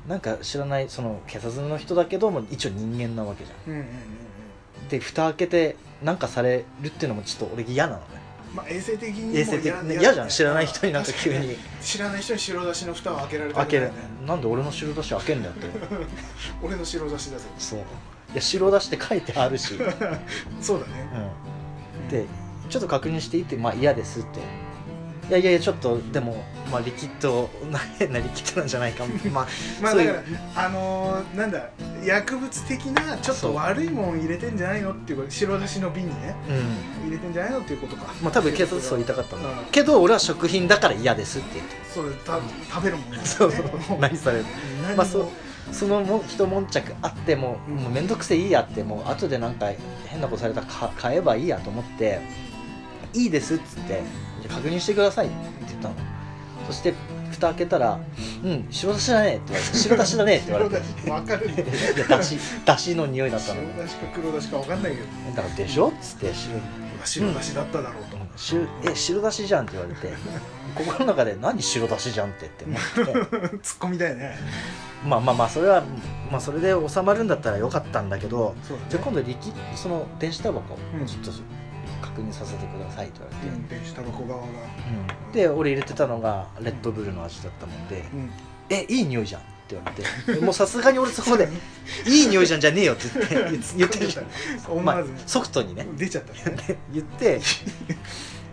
[SPEAKER 2] なんか知らないその警察の人だけども一応人間なわけじゃ
[SPEAKER 1] うんうんうんうんうんうんうん
[SPEAKER 2] んで蓋開けてなんかされるっていうのもちょっと俺嫌なのね
[SPEAKER 1] まあ衛生的にも
[SPEAKER 2] 衛生的に
[SPEAKER 1] や
[SPEAKER 2] 嫌じゃん知らない人になんか急に
[SPEAKER 1] 知らない人に白だしの蓋を開けられた
[SPEAKER 2] 開
[SPEAKER 1] く
[SPEAKER 2] け
[SPEAKER 1] ない
[SPEAKER 2] る
[SPEAKER 1] よね
[SPEAKER 2] なんで俺の白だし開けんだよって
[SPEAKER 1] 俺の白だしだぜ
[SPEAKER 2] そういや白だしって書いてある し、う
[SPEAKER 1] そうだね
[SPEAKER 2] ん、でちょっと確認していいって「まあ嫌です」って「いやいやいやちょっとでも、まあ、リキッド な変なリキッドなんじゃないか」 まあ
[SPEAKER 1] まあ
[SPEAKER 2] そ
[SPEAKER 1] だ
[SPEAKER 2] うい
[SPEAKER 1] か
[SPEAKER 2] う
[SPEAKER 1] らあのーなんだ薬物的なちょっ
[SPEAKER 2] そう
[SPEAKER 1] と悪いもん入れてんじゃないのっていうこと白だしの瓶にね
[SPEAKER 2] うん
[SPEAKER 1] 入れてんじゃないのっていうことか
[SPEAKER 2] まあ多分警察そう言いたかったんだ
[SPEAKER 1] うん
[SPEAKER 2] けど俺は食品だから嫌ですって言って
[SPEAKER 1] そうた食べるもんね
[SPEAKER 2] そう
[SPEAKER 1] もう
[SPEAKER 2] 何される
[SPEAKER 1] 何も
[SPEAKER 2] まあそうそのも一悶着あっても
[SPEAKER 1] うん
[SPEAKER 2] もう面倒くせえいいやってもう後でなんか変なことされたらか買えばいいやと思って「いいです」っつって「じゃあ確認してください」って言ったのそして蓋開けたら「うん白だしだね」って言われて「白だしだね」って言われ
[SPEAKER 1] 白
[SPEAKER 2] て
[SPEAKER 1] だしわかるね
[SPEAKER 2] いやだしだしの匂いだったの
[SPEAKER 1] 白だしか黒だしかわかんないけど
[SPEAKER 2] だから「でしょ?」っつって白
[SPEAKER 1] 白だしだっただろうと
[SPEAKER 2] 「しゅえ白だしじゃん」って言われて心の中で「何白だしじゃん」ってって思って
[SPEAKER 1] ツッコミだよね
[SPEAKER 2] まあまあまあそれは、まあ、それで収まるんだったらよかったんだけど
[SPEAKER 1] そうだね
[SPEAKER 2] じゃあ今度リキその電子タバコ、
[SPEAKER 1] うん
[SPEAKER 2] ちょっと確認させてくださいと言われて、
[SPEAKER 1] 運転したら小川が、
[SPEAKER 2] うんで俺入れてたのがレッドブルの味だったもんで
[SPEAKER 1] うん、
[SPEAKER 2] 「えいい匂いじゃん」って言われ てもうさすがに俺そこで「いい匂いじゃんじゃねえよ」って言って言って言ってるじゃん、
[SPEAKER 1] 思
[SPEAKER 2] まあ
[SPEAKER 1] わず、
[SPEAKER 2] ソフトにね
[SPEAKER 1] 出ちゃったね
[SPEAKER 2] 言って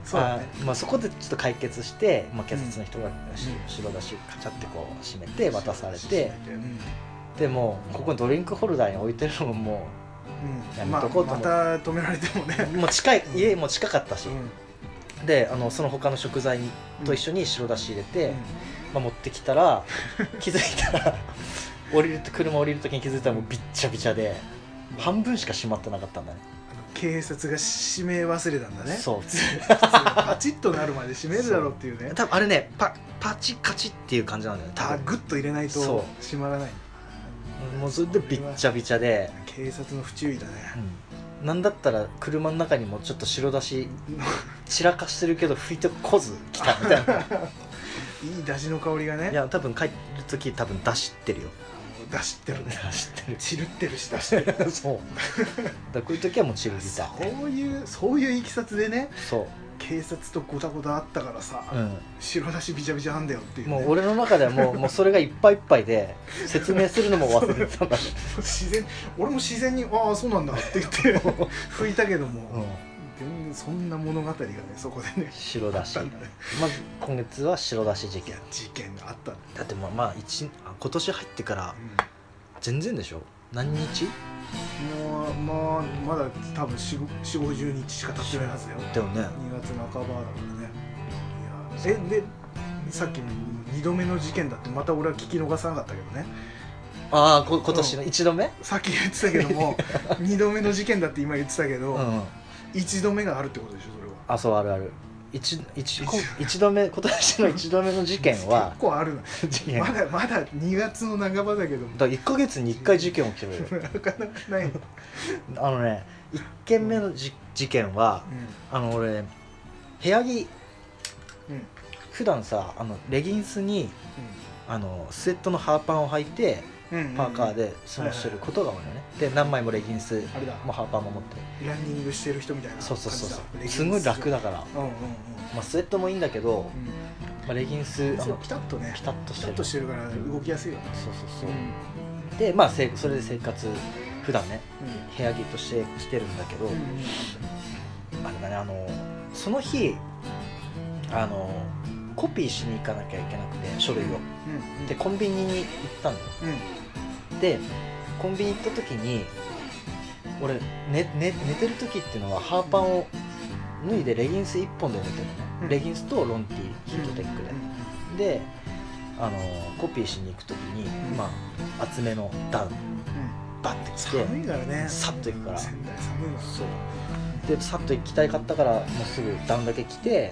[SPEAKER 1] そ
[SPEAKER 2] そうう
[SPEAKER 1] だね
[SPEAKER 2] まあ、そこでちょっと解決して、まあ、警察の人がし
[SPEAKER 1] うん
[SPEAKER 2] 白だしカチャってこう閉めて渡されて
[SPEAKER 1] うん
[SPEAKER 2] でもうここにドリンクホルダーに置いてる のももや
[SPEAKER 1] うん、
[SPEAKER 2] め
[SPEAKER 1] まあ
[SPEAKER 2] とこうと
[SPEAKER 1] ま
[SPEAKER 2] 思う
[SPEAKER 1] た止められてもね
[SPEAKER 2] う、もう近い
[SPEAKER 1] うん
[SPEAKER 2] 家も近かったし、
[SPEAKER 1] う
[SPEAKER 2] であのその他の食材と一緒に白だし入れて、
[SPEAKER 1] ん
[SPEAKER 2] まあ、持ってきた ら気づいたら降りると車降りる時に気づいたらもうびっちゃびちゃで半分しか閉まってなかったんだね
[SPEAKER 1] あの警察が閉め忘れたんだね
[SPEAKER 2] そう
[SPEAKER 1] パチッとなるまで閉めるだろうっていうね
[SPEAKER 2] 多分あれねパパチカチっていう感じなんだよね多
[SPEAKER 1] あ
[SPEAKER 2] 分
[SPEAKER 1] グッと入れないと
[SPEAKER 2] そ
[SPEAKER 1] 閉まらない
[SPEAKER 2] もうそれでびっちゃびちゃで、
[SPEAKER 1] 警察の不注意だね
[SPEAKER 2] うん、なんだったら車の中にもちょっと白だ し散らかしてるけど拭いてこず来たみたい な
[SPEAKER 1] いい出汁の香りがね
[SPEAKER 2] いや多分帰る時多分出しってるよ
[SPEAKER 1] 出汁ってるね
[SPEAKER 2] 出しって
[SPEAKER 1] 散るってるし出汁ってる
[SPEAKER 2] る そうだからこういう時はもうチルギター
[SPEAKER 1] そういうそういういきさつでね
[SPEAKER 2] そう、
[SPEAKER 1] 警察とゴタゴタあったからさ、
[SPEAKER 2] うん、
[SPEAKER 1] 白だしびちゃびちゃなんだよっていう、ね、
[SPEAKER 2] もう俺の中では もうもうそれがいっぱいいっぱいで説明するのも忘れてたんだね、
[SPEAKER 1] 自然俺も自然に「ああそうなんだ」って言って拭いたけども、全然そんな物語がねそこでね
[SPEAKER 2] 白だし
[SPEAKER 1] あっ
[SPEAKER 2] ま
[SPEAKER 1] たんだね
[SPEAKER 2] ず今月は白だし事
[SPEAKER 1] い
[SPEAKER 2] 件
[SPEAKER 1] や事件があったね、
[SPEAKER 2] だってもうまあ一あ今年入ってから全然でしょ何日
[SPEAKER 1] もうまあまだ多分4 5 0日しか経ってないはずだよ
[SPEAKER 2] だよね
[SPEAKER 1] 2月半ばだからねいやえでさっき2度目の事件だってまた俺は聞き逃さなかったけどね
[SPEAKER 2] ああこ今年の一度目
[SPEAKER 1] さっき言ってたけど も2度目の事件だって今言ってたけど、
[SPEAKER 2] うん
[SPEAKER 1] 1度目があるってことでしょそれは
[SPEAKER 2] あそうあるある一一こ一度目 今年の一度目の事件は
[SPEAKER 1] 結構あるな
[SPEAKER 2] 事件
[SPEAKER 1] まだまだ2月の半ばだけど も
[SPEAKER 2] だ1か月に1回事件起きてるよ
[SPEAKER 1] なかなかない、うん、
[SPEAKER 2] あのね1件目のじ事件はあの俺部屋着
[SPEAKER 1] うんうん
[SPEAKER 2] 普段さあのレギンスにあのスウェットのハーパンを履いて
[SPEAKER 1] うん
[SPEAKER 2] パーカーで過ごしてることが多いのねで何枚もレギンス
[SPEAKER 1] あれだ
[SPEAKER 2] もハーパンも持って
[SPEAKER 1] ランニングしてる人みたいな
[SPEAKER 2] そう
[SPEAKER 1] 感じ
[SPEAKER 2] そ
[SPEAKER 1] だ
[SPEAKER 2] うそうそうすごい楽
[SPEAKER 1] だ
[SPEAKER 2] だから、
[SPEAKER 1] うんうんうん
[SPEAKER 2] まあ、スウェットもいいんだけど、
[SPEAKER 1] う
[SPEAKER 2] まあ、レギンス
[SPEAKER 1] ん
[SPEAKER 2] あ
[SPEAKER 1] そう
[SPEAKER 2] の
[SPEAKER 1] ピタッとね
[SPEAKER 2] ピタッとし
[SPEAKER 1] ピ
[SPEAKER 2] て
[SPEAKER 1] タ
[SPEAKER 2] る
[SPEAKER 1] ッとしてるから動きやすいよね
[SPEAKER 2] そうそうそう、
[SPEAKER 1] ん
[SPEAKER 2] でまあせいそれで生活普段ね部屋着として着てるんだけど、
[SPEAKER 1] うんうん
[SPEAKER 2] あれだねあのその日あのコピーしに行かなきゃいけなくて書類を
[SPEAKER 1] うん
[SPEAKER 2] でコンビニに行ったんだよ
[SPEAKER 1] うん
[SPEAKER 2] でコンビニ行った時に俺、ねね、寝てる時っていうのはハーパンを脱いでレギンス1本で寝てるの、
[SPEAKER 1] うん
[SPEAKER 2] ねレギンスとロンティヒートテックで、であのコピーしに行く時に、
[SPEAKER 1] うん
[SPEAKER 2] まあ厚めのダウン
[SPEAKER 1] うん
[SPEAKER 2] バッて着て
[SPEAKER 1] 寒いからね
[SPEAKER 2] さっと行くから
[SPEAKER 1] 仙台寒いか
[SPEAKER 2] そうでさっと行きたいかったからもうすぐダウンだけ着て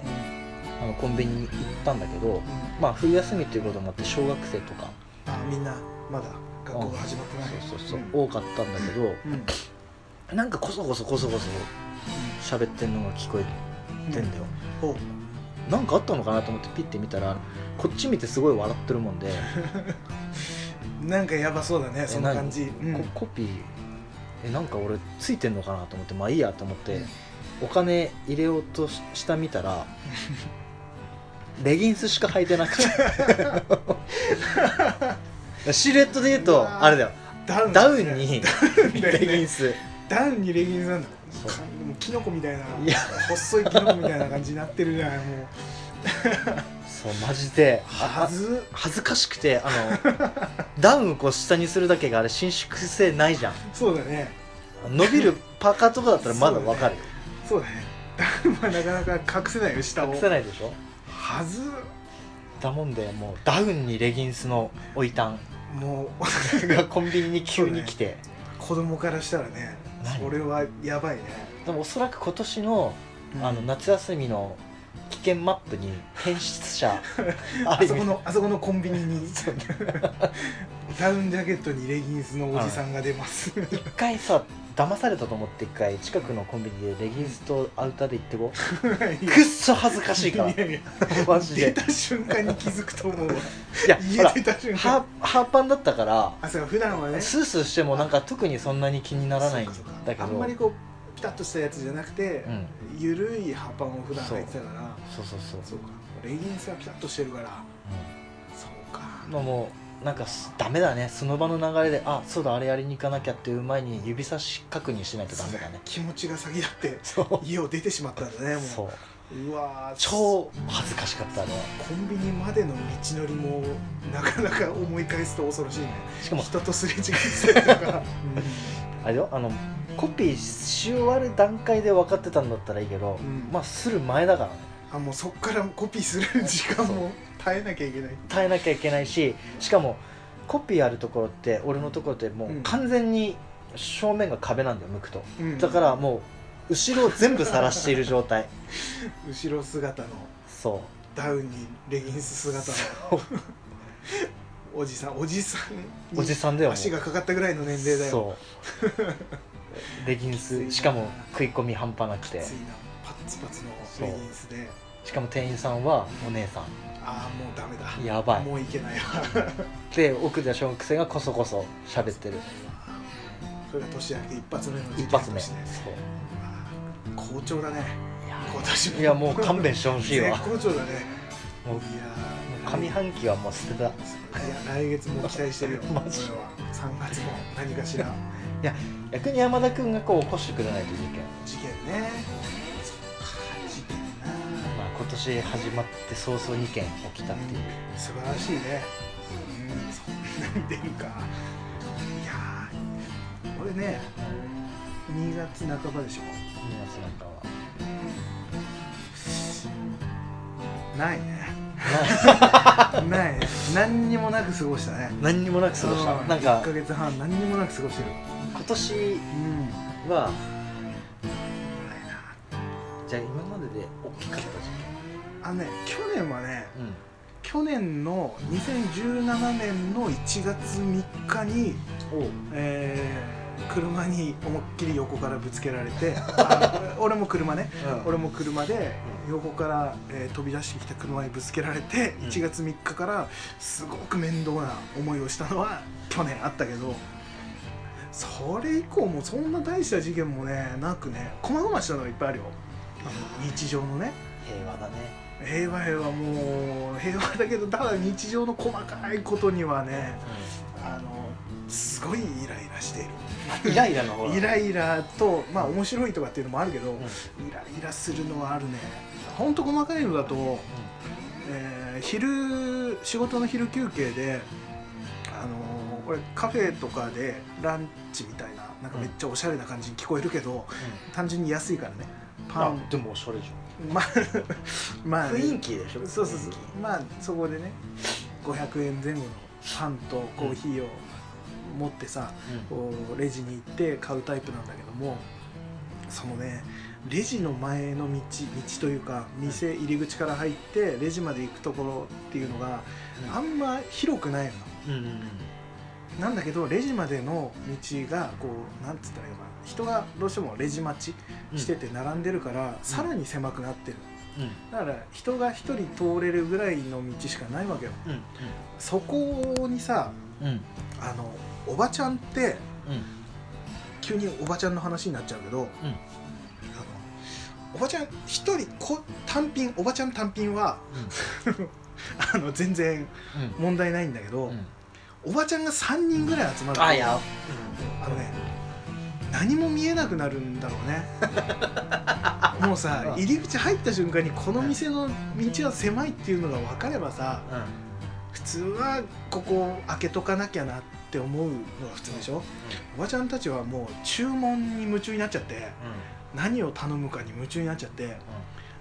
[SPEAKER 1] ら
[SPEAKER 2] あのコンビニに行ったんだけど
[SPEAKER 1] うん
[SPEAKER 2] まあ冬休みっていうこともあって小学生とか
[SPEAKER 1] あみんなまだ学校が始まってない
[SPEAKER 2] そうそうそう、
[SPEAKER 1] ん
[SPEAKER 2] 多かったんだけど
[SPEAKER 1] うん
[SPEAKER 2] なんかこそこそこそこそ喋ってんのが聞こえ
[SPEAKER 1] うん
[SPEAKER 2] てんだよ、
[SPEAKER 1] おう
[SPEAKER 2] なんかあったのかなと思ってピッて見たらこっち見てすごい笑ってるもんで
[SPEAKER 1] なんかやばそうだねその感じ
[SPEAKER 2] え何
[SPEAKER 1] うん
[SPEAKER 2] ココピーえなんか俺ついてんのかなと思ってまあいいやと思って、
[SPEAKER 1] うん
[SPEAKER 2] お金入れようとしした見 たらレギンスしか履いてなく てシルエットで言う
[SPEAKER 1] う
[SPEAKER 2] と
[SPEAKER 1] わー
[SPEAKER 2] あれだよ
[SPEAKER 1] ダウン
[SPEAKER 2] ダウンに
[SPEAKER 1] だよね
[SPEAKER 2] レギンス
[SPEAKER 1] ダウンにレギンスなんだ
[SPEAKER 2] そう
[SPEAKER 1] かもうキノコみたいない
[SPEAKER 2] や
[SPEAKER 1] 細いキノコみたいな感じになってるじゃない もう
[SPEAKER 2] そうマジで
[SPEAKER 1] はず
[SPEAKER 2] 恥ずかしくてあの ダウンをこう下にするだけがあれ伸縮性ないじゃん
[SPEAKER 1] そうだね
[SPEAKER 2] 伸びるパーカーとかだったらまだわかるよ、
[SPEAKER 1] そうだねダウンはなかなか隠せないよ下を
[SPEAKER 2] 隠せないでしょ
[SPEAKER 1] はず
[SPEAKER 2] だもんでもうダウンにレギンスのおいたん
[SPEAKER 1] もう
[SPEAKER 2] がコンビニに急に来て、
[SPEAKER 1] 子供からしたらね
[SPEAKER 2] 何
[SPEAKER 1] それはやばいね
[SPEAKER 2] でもおそらく今年の
[SPEAKER 1] うん
[SPEAKER 2] あの夏休みの危険マップに変質 者あ
[SPEAKER 1] あ
[SPEAKER 2] る意
[SPEAKER 1] そこ
[SPEAKER 2] 味
[SPEAKER 1] のあそこのコンビニに ダウンジャケットにレギンスのおじさんが出 ます、
[SPEAKER 2] 一回さ騙されたと思って一回近くのコンビニでレギンスとアウターで行ってこうくっそ恥ずかしいから
[SPEAKER 1] いやいや
[SPEAKER 2] マジ
[SPEAKER 1] 出
[SPEAKER 2] で
[SPEAKER 1] た瞬間に気づくと思うわ
[SPEAKER 2] いやほ
[SPEAKER 1] 家
[SPEAKER 2] ら
[SPEAKER 1] 出た瞬間
[SPEAKER 2] ハーハーパンだったから
[SPEAKER 1] あそうか普段はね
[SPEAKER 2] スースーしてもなんか特にそんなに気にならないんだ
[SPEAKER 1] そうかそうか
[SPEAKER 2] け
[SPEAKER 1] あんま
[SPEAKER 2] ど
[SPEAKER 1] りこピタッとしたやつじゃなくて、
[SPEAKER 2] うん
[SPEAKER 1] ゆるいハパンを普段履いてたから
[SPEAKER 2] そうそうそう
[SPEAKER 1] そうかレギンスがピタッとしてるからそうか
[SPEAKER 2] うんまあもうなんかすダメだねその場の流れであそうだあれやりに行かなきゃっていう前に指差し確認しないとダメだね
[SPEAKER 1] 気持ちが先だって
[SPEAKER 2] そう
[SPEAKER 1] 家を出てしまったんだねもう
[SPEAKER 2] そう
[SPEAKER 1] うわー
[SPEAKER 2] 超恥ずかしかったね
[SPEAKER 1] コンビニまでの道のりもなかなか思い返すと恐ろしいね
[SPEAKER 2] しかも
[SPEAKER 1] 人とすれ違って たりとか、
[SPEAKER 2] あれよあのコピーし終わる段階で分かってたんだったらいいけど、
[SPEAKER 1] うん
[SPEAKER 2] まあする前だからね
[SPEAKER 1] うんあもうそっからコピーする時間も耐えなきゃいけない
[SPEAKER 2] 耐えなきゃいけないししかもコピーあるところって俺のところってもう完全に正面が壁なんだよ向くと、
[SPEAKER 1] うん
[SPEAKER 2] だからもう後ろを全部晒している状態
[SPEAKER 1] 後ろ姿の
[SPEAKER 2] そ
[SPEAKER 1] ダウンにレギンス姿
[SPEAKER 2] う
[SPEAKER 1] のおじさんおじさんに
[SPEAKER 2] おじさんだよもう
[SPEAKER 1] 足がかかったぐらいの年齢だよ
[SPEAKER 2] そ うレギン
[SPEAKER 1] きつい
[SPEAKER 2] ス
[SPEAKER 1] な
[SPEAKER 2] しかも食い込み半端なくて
[SPEAKER 1] ついなパッツパツのレギンスで
[SPEAKER 2] しかも店員さんはお姉さ
[SPEAKER 1] ああもうダメだ
[SPEAKER 2] んやばい
[SPEAKER 1] もういけないわ
[SPEAKER 2] で奥で小学生がこそこそ喋ってる
[SPEAKER 1] それが年明け一発目の
[SPEAKER 2] 一発目
[SPEAKER 1] 事
[SPEAKER 2] そう
[SPEAKER 1] 件としてあー好調だね
[SPEAKER 2] いや
[SPEAKER 1] 今年も
[SPEAKER 2] いやもう勘弁してほし い
[SPEAKER 1] 絶
[SPEAKER 2] わ
[SPEAKER 1] 好調だね
[SPEAKER 2] もうも
[SPEAKER 1] いや
[SPEAKER 2] う
[SPEAKER 1] ー
[SPEAKER 2] 上半期はもう捨て
[SPEAKER 1] い
[SPEAKER 2] たい
[SPEAKER 1] や来月も期待してるよ
[SPEAKER 2] マジ
[SPEAKER 1] 俺は3月も何かしら
[SPEAKER 2] 逆に山田君がこう起こしてくれないといけない
[SPEAKER 1] 事件ねそっか事件な
[SPEAKER 2] まあ、今年始まって早々2件起きたっていう、
[SPEAKER 1] 素晴らしいねうんそんなに出るかいやー俺ね2月半ばでしょ
[SPEAKER 2] ニュアスなんかは
[SPEAKER 1] ないね ないね何にもなく過ごしたね
[SPEAKER 2] 何にもなく過ごした
[SPEAKER 1] うん
[SPEAKER 2] なんか
[SPEAKER 1] 1ヶ月半何にもなく過ごしてる
[SPEAKER 2] 今年
[SPEAKER 1] うん
[SPEAKER 2] はじゃあ今までで大きかった事
[SPEAKER 1] あのね去年はね
[SPEAKER 2] 件
[SPEAKER 1] 去年の2017年の1月3日に、
[SPEAKER 2] うんお
[SPEAKER 1] えー車に思いっきり横からぶつけられてあ俺も車ね俺も車で横から、えー飛び出してきた車にぶつけられて
[SPEAKER 2] うん
[SPEAKER 1] 1月3日からすごく面倒な思いをしたのは去年あったけどそれ以降もそんな大した事件もねなくね細々したのがいっぱいあるよあの日常のね
[SPEAKER 2] 平和だね
[SPEAKER 1] 平和平和もう平和だけどただ日常の細かいことにはねあのすごいイライラしている
[SPEAKER 2] イ ライラの方
[SPEAKER 1] イライラとまあ面白いとかっていうのもあるけど、
[SPEAKER 2] ん
[SPEAKER 1] イライラするのはあるねほんと細かいのだと、えー昼仕事の昼休憩であのーこれカフェとかでランチみたいななんかめっちゃおしゃれな感じに聞こえるけど、単純に安いからねパン
[SPEAKER 2] でもおしゃれじ
[SPEAKER 1] まあま
[SPEAKER 2] ゃ
[SPEAKER 1] あ
[SPEAKER 2] ん雰囲気でしょ
[SPEAKER 1] そうそうそうまあそこでね500円前後のパンとコーヒーを持ってさ、こうレジに行って買うタイプなんだけどもそのねレジの前の道道というか店入り口から入ってレジまで行くところっていうのがあんま広くないの
[SPEAKER 2] うんうんうん
[SPEAKER 1] なんだけどレジまでの道がこうなんつったらいいのかな人がどうしてもレジ待ちしてて並んでるから、さらに狭くなってる
[SPEAKER 2] うん
[SPEAKER 1] だから人が一人通れるぐらいの道しかないわけよ
[SPEAKER 2] うん
[SPEAKER 1] そこにさ
[SPEAKER 2] うんうん
[SPEAKER 1] あのおばちゃんって
[SPEAKER 2] うん
[SPEAKER 1] 急におばちゃんの話になっちゃうけど、あのおばちゃん一人こ単品おばちゃん単品は あの全然問題ないんだけど、
[SPEAKER 2] うんうん
[SPEAKER 1] おばちゃんが3人ぐらい集まる
[SPEAKER 2] あや
[SPEAKER 1] あのね何も見えなくなるんだろうねもうさ入り口入った瞬間にこの店の道は狭いっていうのが分かればさ
[SPEAKER 2] うん
[SPEAKER 1] 普通はここ開けとかなきゃなって思うのが普通でしょおばちゃんたちはもう注文に夢中になっちゃって
[SPEAKER 2] うん
[SPEAKER 1] 何を頼むかに夢中になっちゃって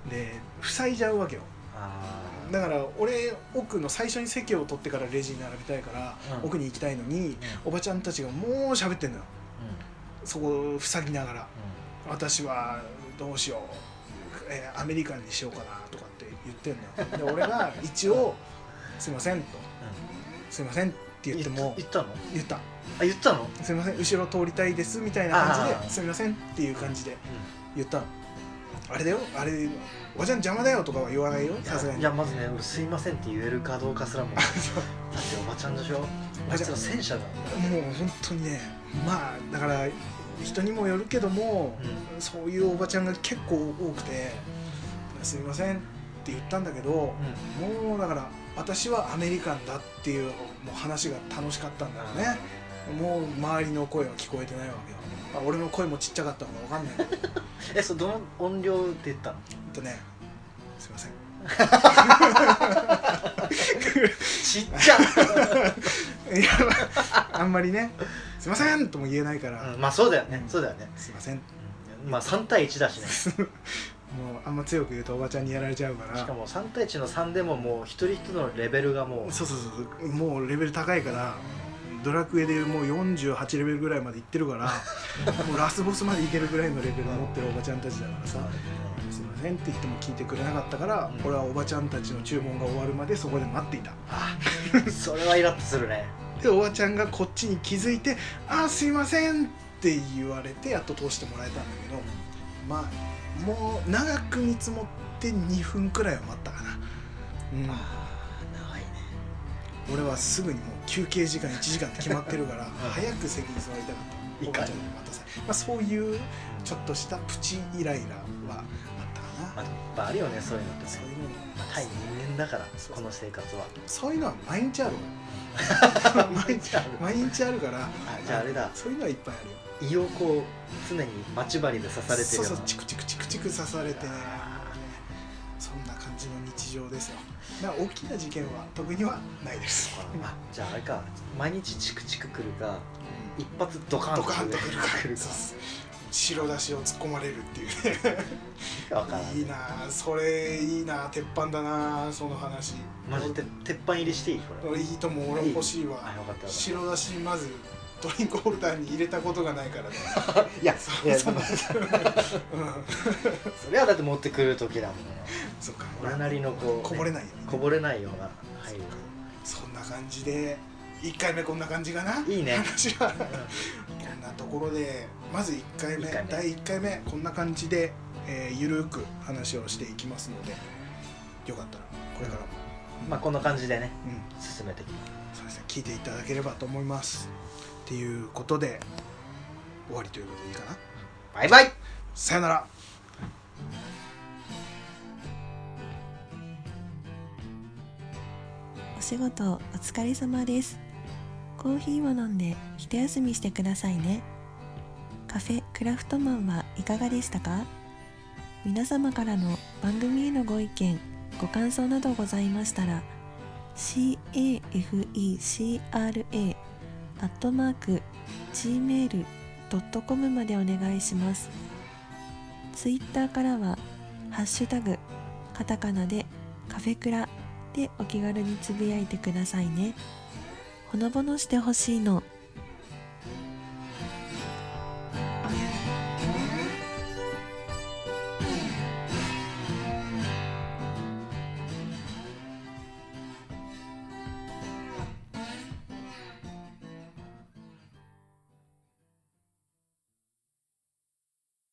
[SPEAKER 1] で塞いじゃうわけよ
[SPEAKER 2] あ
[SPEAKER 1] だから俺奥の最初に席を取ってからレジに並びたいから、
[SPEAKER 2] うん
[SPEAKER 1] 奥に行きたいのにおばちゃんたちがもう喋ってんのよそこを塞ぎながら私はどうしよう、えーアメリカンにしようかなとかって言ってんのよで俺が一応「すいません」と「すいません」って言っても
[SPEAKER 2] 言ったの
[SPEAKER 1] 言った
[SPEAKER 2] あ言ったの
[SPEAKER 1] 「すいません後ろ通りたいです」みたいな感
[SPEAKER 2] あ
[SPEAKER 1] じ
[SPEAKER 2] ー
[SPEAKER 1] で「すいません」っていう感じで言ったのあれだよあれおばちゃん邪魔だよとかは言わないよさすが
[SPEAKER 2] い
[SPEAKER 1] に
[SPEAKER 2] やまずね俺すいませんって言えるかどうかすらも だっておばちゃんでしょあいつら戦車だ
[SPEAKER 1] もう本当にねまあだから人にもよるけども、
[SPEAKER 2] う
[SPEAKER 1] そういうおばちゃんが結構多くて「すみません」って言ったんだけど、もうだから私はアメリカンだっていうもう話が楽しかったんだろうねもう周りの声は聞こえてないわけよ、まあ、俺の声もちっちゃかったのかわかんないけど
[SPEAKER 2] えそれどの音量で言ったの
[SPEAKER 1] ほんとねすいません
[SPEAKER 2] ちっちゃ、
[SPEAKER 1] いやあんまりね「すいません」とも言えないから「
[SPEAKER 2] うん、まあそうだよね、
[SPEAKER 1] うん
[SPEAKER 2] そうだよね、
[SPEAKER 1] すいません」も
[SPEAKER 2] まあ3対1だしねし
[SPEAKER 1] うあんま強く言うとおばちゃんにやられちゃうから
[SPEAKER 2] かも3対1の3でももう一人一人のレベルがもう
[SPEAKER 1] そうそうそうもうレベル高いからドラクエでもう48レベルぐらいまでいってるから もうラスボスまでいけるぐらいのレベル持ってるおばちゃんたちだからさ「すいません」って言っても聞いてくれなかったから、
[SPEAKER 2] うん
[SPEAKER 1] 俺はおばちゃんたちの注文が終わるまでそこで待っていた
[SPEAKER 2] あそれはイラッとするね
[SPEAKER 1] でおばちゃんがこっちに気づいて「あーすいません」って言われてやっと通してもらえたんだけどまあもう長く見積もって2分くらいは待ったかな、うん、
[SPEAKER 2] ああ長いね
[SPEAKER 1] 俺はすぐにもう休憩時間1時間って決まってる から早く席に座りたかった
[SPEAKER 2] いかに
[SPEAKER 1] おばちゃんに待たせまあ、そういうちょっとしたプチイライラはあったか
[SPEAKER 2] まあ
[SPEAKER 1] な、
[SPEAKER 2] いっぱいあるよねそういうのってね
[SPEAKER 1] そういうの
[SPEAKER 2] まあ対人間だから
[SPEAKER 1] そうそう
[SPEAKER 2] この生活は
[SPEAKER 1] そういうのは毎日ある
[SPEAKER 2] 毎日ある
[SPEAKER 1] 毎日あるから
[SPEAKER 2] あじゃああれだ
[SPEAKER 1] そういうのはいっぱいあるよ
[SPEAKER 2] 胃をこう常に待ち針で刺されてる
[SPEAKER 1] そう
[SPEAKER 2] よ
[SPEAKER 1] そ
[SPEAKER 2] う
[SPEAKER 1] う
[SPEAKER 2] な
[SPEAKER 1] チクチクチクチク刺されてね
[SPEAKER 2] あ
[SPEAKER 1] そんな感じの日常ですよだから大きな事件は特にはないです
[SPEAKER 2] あじゃああれか毎日チクチクくるか
[SPEAKER 1] うん
[SPEAKER 2] 一発ドカン
[SPEAKER 1] ドカンとくるか
[SPEAKER 2] くる
[SPEAKER 1] そうそう白だしを突っ込まれるっていうね
[SPEAKER 2] かわからん
[SPEAKER 1] いいなあそれいいなあ鉄板だなあその話
[SPEAKER 2] マジで鉄板入りしていいこれ
[SPEAKER 1] 俺いいとも俺も欲しい
[SPEAKER 2] あ
[SPEAKER 1] わ
[SPEAKER 2] よかったよか
[SPEAKER 1] 白だしまずドリンクホルダーに入れたことがないからね
[SPEAKER 2] ったいや
[SPEAKER 1] そ
[SPEAKER 2] いう や
[SPEAKER 1] そう
[SPEAKER 2] でも
[SPEAKER 1] うん
[SPEAKER 2] それはだって持ってくる時だもんね
[SPEAKER 1] そっか
[SPEAKER 2] 俺なりのこう
[SPEAKER 1] こぼれないよ、
[SPEAKER 2] こぼれないような配慮
[SPEAKER 1] そんな感じで1回目こんな感じかない
[SPEAKER 2] いね
[SPEAKER 1] 話はこんなところでまず1回目
[SPEAKER 2] 一回目
[SPEAKER 1] 第1回目こんな感じで、えーゆるーく話をしていきますのでよかったらこれからも、
[SPEAKER 2] まあこんな感じでね
[SPEAKER 1] うん
[SPEAKER 2] 進めていきます
[SPEAKER 1] そうですね聞いていただければと思いますっていうことで終わりということでいいかな
[SPEAKER 2] バイバイ
[SPEAKER 1] さよなら
[SPEAKER 3] お仕事お疲れ様ですコーヒーを飲んで一休みしてくださいねカフェクラフトマンはいかがでしたか皆様からの番組へのご意見ご感想などございましたら cafecra アットマーク gmail.com までお願いしますツイッターからはハッシュタグカタカナでカフェクラでお気軽につぶやいてくださいねほのぼのしてほしいの